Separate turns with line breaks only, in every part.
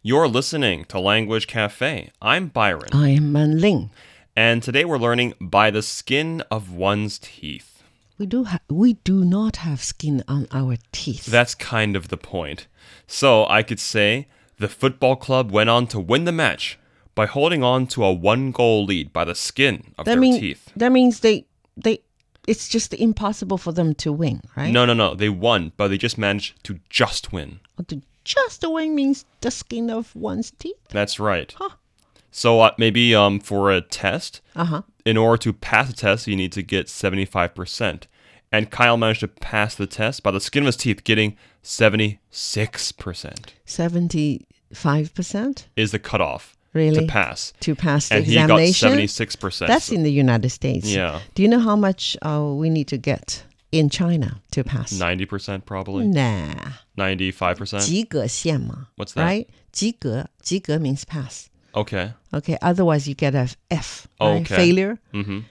You're listening to Language Cafe. I'm Byron.
I am Manling.
And today we're learning by the skin of one's teeth.
We do ha- we do not have skin on our teeth.
That's kind of the point. So I could say the football club went on to win the match by holding on to a one goal lead by the skin of
that
their
means
teeth.
that means they they it's just impossible for them to win, right?
No, no, no. They won, but they just managed to just win.
To just win means the skin of one's teeth.
That's right.
Huh.
So uh, maybe um, for a test,
Uh huh.
in order to pass the test, you need to get 75%. And Kyle managed to pass the test by the skin of his teeth, getting 76%
Seventy five percent
is the cutoff to
Really?
pass.
to pass the
And he got
examination.
76%.
That's in the United States.
Yeah.
Do you know how much uh, we need to get in China to pass?
90%
Mm.
probably.
Nah.
95%.
及格线嘛,
What's that?
Right? 及格,及格 means pass.
Okay.
Okay, otherwise you get a f- F, right?
Okay.
failure.
Mhm.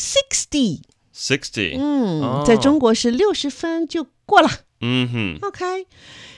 60.
60. Oh.
Mm, 在中国是60分就过了,
Mhm.
Okay.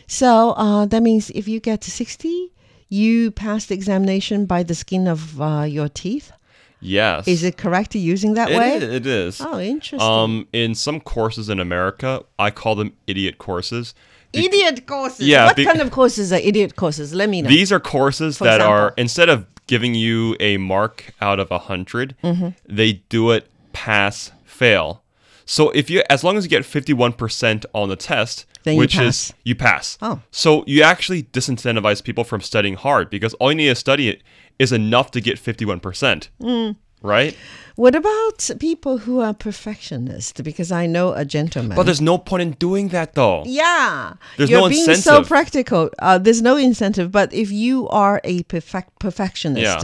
So uh, that means if you get to 60, you pass the examination by the skin of uh, your teeth.
Yes.
Is it correct using that
It
way?
is- it is.
Oh, interesting.
Um, in some courses in America, I call them idiot courses. Be-
idiot courses.
Yeah,
what
be-
kind of courses are idiot courses? Let me know.
These are courses
For
that
example.
are instead of giving you a mark out of a 100
Mm-hmm.
they do it pass fail. So if you, as long as you get fifty-one percent on the test,
Then you
which
pass.
is you pass.
Oh.
so you actually disincentivize people from studying hard because all you need to study it is enough to get fifty-one percent,
Mm.
right?
What about people who are perfectionists? Because I know a gentleman.
But there's no point in doing that though.
yeah,
There's
you're
no
being so
incentive.
practical. Uh, there's no incentive. But if you are a perfect perfectionist,
Yeah.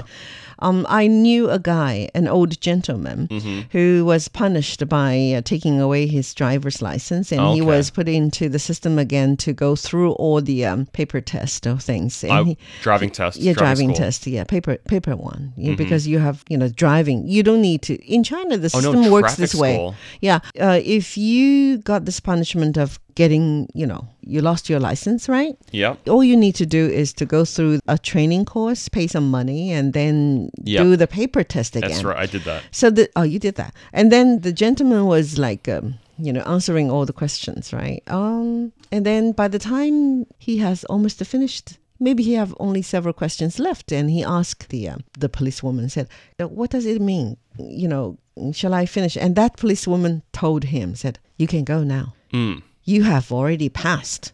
um, I knew a guy, an old gentleman,
Mm-hmm.
who was punished by uh, taking away his driver's license, and he
Okay.
was put into the system again to go through all the um, paper test of things. And
I-
he,
Uh, driving test.
yeah, driving,
school. Mm-hmm.
test. Yeah, paper paper one. Yeah, Because you have you know driving. You don't need to. In China, the
Oh, no,
system works
traffic
this way.
school.
Yeah, uh, if you got this punishment of getting you know you lost your license, right?
Yep.
All you need to do is to go through a training course, pay some money, and then
Yeah.
do the paper test again.
That's right. I did that.
So the oh, you did that, and then the gentleman was like, um, you know, answering all the questions, right? Um, and then by the time he has almost finished, maybe he have only several questions left, and he asked the um the policewoman said, "Uh, "What does it mean? You know, shall I finish?" And that policewoman told him, said, "You can go now. You have already passed."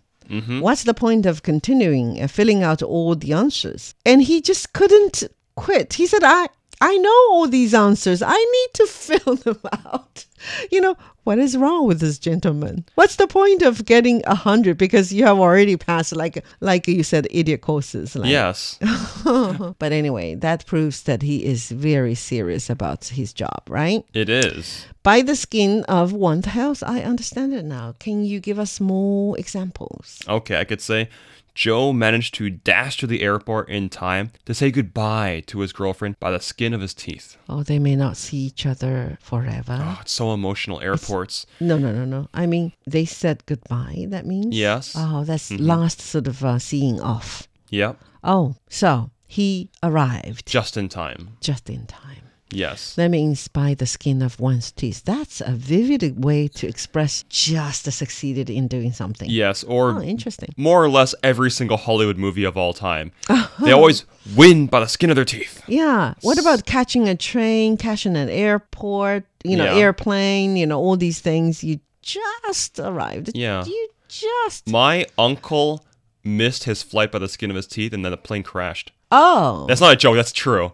What's the point of continuing and filling out all the answers? And he just couldn't quit. He said, I, I know all these answers. I need to fill them out. You know, what is wrong with this gentleman? What's the point of getting a hundred because you have already passed like like you said, idiot courses. Like.
Yes.
But anyway, that proves that he is very serious about his job, right?
It is.
By the skin of one's health, I understand it now. Can you give us more examples?
Okay, I could say Joe managed to dash to the airport in time to say goodbye to his girlfriend by the skin of his teeth.
Oh, they may not see each other forever.
Oh, it's so emotional. Airports.
No, no, no, no. I mean, they said goodbye. That means
Yes.
Oh, that's
Mm-hmm.
last sort of uh, seeing off.
Yep.
Oh, so he arrived
Just in time.
just in time.
Yes.
That means by the skin of one's teeth. That's a vivid way to express just succeeded in doing something.
Yes. Or
Oh, interesting.
more or less every single Hollywood movie of all time. They always win by the skin of their teeth.
Yeah. What about catching a train, catching an airport, you know,
Yeah.
airplane, you know, all these things? You just arrived.
Yeah.
You just.
My uncle missed his flight by the skin of his teeth and then the plane crashed.
Oh.
That's not a joke, that's true.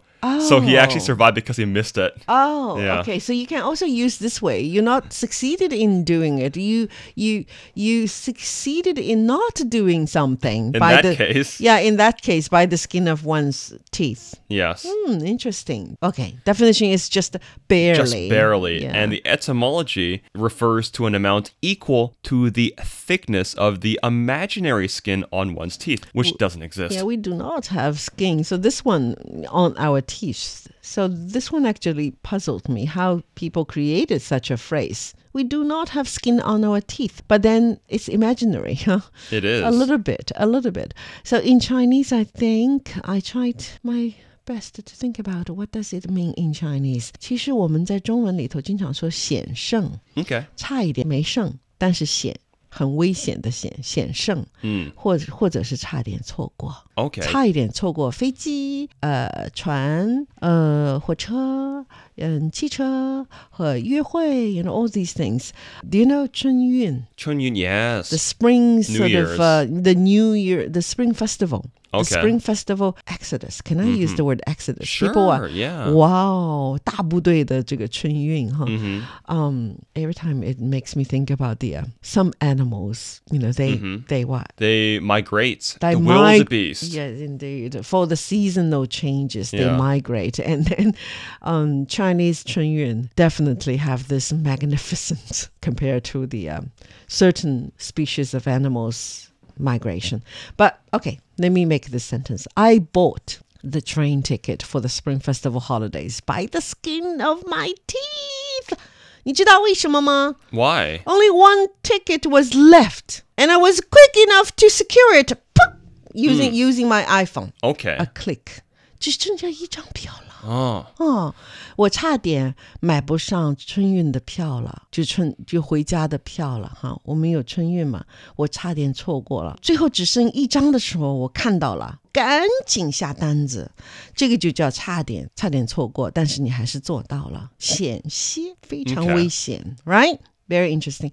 So he actually
Oh.
survived because he missed it.
Oh,
Yeah.
okay. So you can also use this way. You're not succeeded in doing it. You you you succeeded in not doing something.
In that case.
yeah. In that case, by the skin of one's teeth.
Yes.
Hmm. Interesting. Okay. Definition is just barely.
Just barely.
Yeah.
And the etymology refers to an amount equal to the thickness of the imaginary skin on one's teeth, which doesn't exist.
yeah, we do not have skin. So this one on our teeth. So this one actually puzzled me how people created such a phrase we do not have skin on our teeth, but then it's imaginary. huh?
It is.
A little bit, a little bit. So in Chinese, I think I tried my best to think about what does it mean in Chinese. 其实我们在中文里头经常说险胜，
Okay.
差一点没胜，但是险很危险的险，险胜，
Mm.
或者或者是差点错过。
Okay.
差一点错过飞机、呃船、呃火车、嗯汽车和约会，you know all these things. Do you know 春运
Chun Yun, yes.
the spring sort
Year's.
of uh, the New Year, the Spring Festival, the
Okay. Mm-hmm.
Spring Festival Exodus? Can I use the word Exodus? People
sure.
are
Yeah.
wow, 大部队的这个春运哈。
Mhm.
Um, every time it makes me think about the uh, some animals, you know, they
Mm-hmm.
they what
They migrate.
they
the
mig-
wildebeest.
Yes, indeed. For the seasonal changes, they
Yeah.
migrate, and then um, Chinese Chunyuan definitely have this magnificent compared to the um, certain species of animals migration. But okay, let me make this sentence. I bought the train ticket for the Spring Festival holidays by the skin of my teeth. 你知道为什么吗？
Why?
only one ticket was left, and I was quick enough to secure it Pop! using using my iPhone.
Okay.
A click. 只剩下一张票了。
oh.
哦，我差点买不上春运的票了，就春就回家的票了哈。我们有春运嘛，我差点错过了。最后只剩一张的时候，我看到了，赶紧下单子。这个就叫差点，差点错过，但是你还是做到了，险些非常
Okay.
危险，right? Very interesting.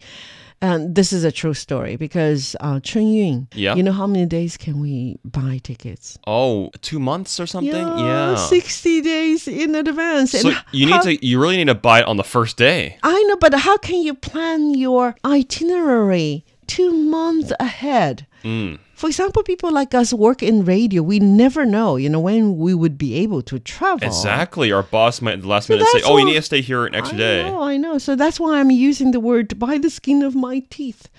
And this is a true story because uh, Chun Yun,
Yeah.
you know how many days can we buy tickets?
Oh, two months or something?
Yeah,
Yeah.
60 days in advance.
So
And
you need
how-
to you really need to buy it on the first day.
I know, but how can you plan your itinerary two months ahead?
Mm.
For example, people like us work in radio. We never know, you know, when we would be able to travel.
Exactly. Our boss might at the last minute say,
that's
"Oh, you
all-
need to stay here an extra
I
day."
know, I know. So that's why I'm using the word by the skin of my teeth.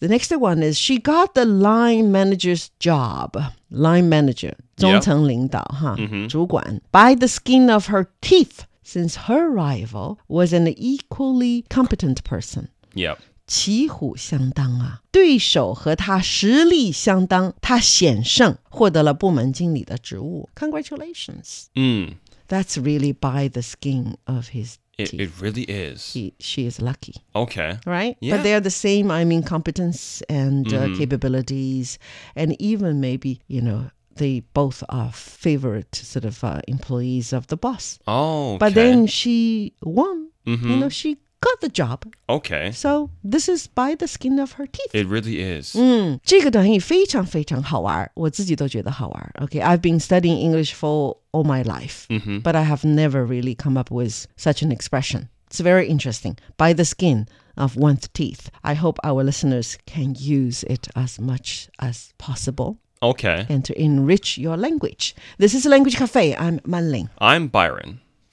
The next one is she got the line manager's job. Line manager, 中层领导, huh? 主管, by the skin of her teeth, since her rival was an equally competent person.
Yep.
旗鼓相当啊！对手和他实力相当，他险胜，获得了部门经理的职务。Congratulations!
Mm.
That's really by the skin of his
It,
teeth.
it really is.
He, she is lucky,
Okay.
right?
Yeah. Mm-hmm.
But they are the same. I mean, competence and uh, capabilities, and even maybe you know they both are favorite sort of uh, employees of the boss.
Oh. Okay. Mm-hmm.
But then she won. You know, she got the job.
Okay.
So this is by the skin of her teeth.
It really is.
嗯，这个短语非常非常好玩儿，我自己都觉得好玩儿。OK，I've、been studying English for all my life，、but I have never really come up with such an expression. It's very interesting. By the skin of one's teeth. I hope our listeners can use it as much as possible
Okay.
and to enrich your language. This is Language Cafe. I'm Manling.
I'm Byron.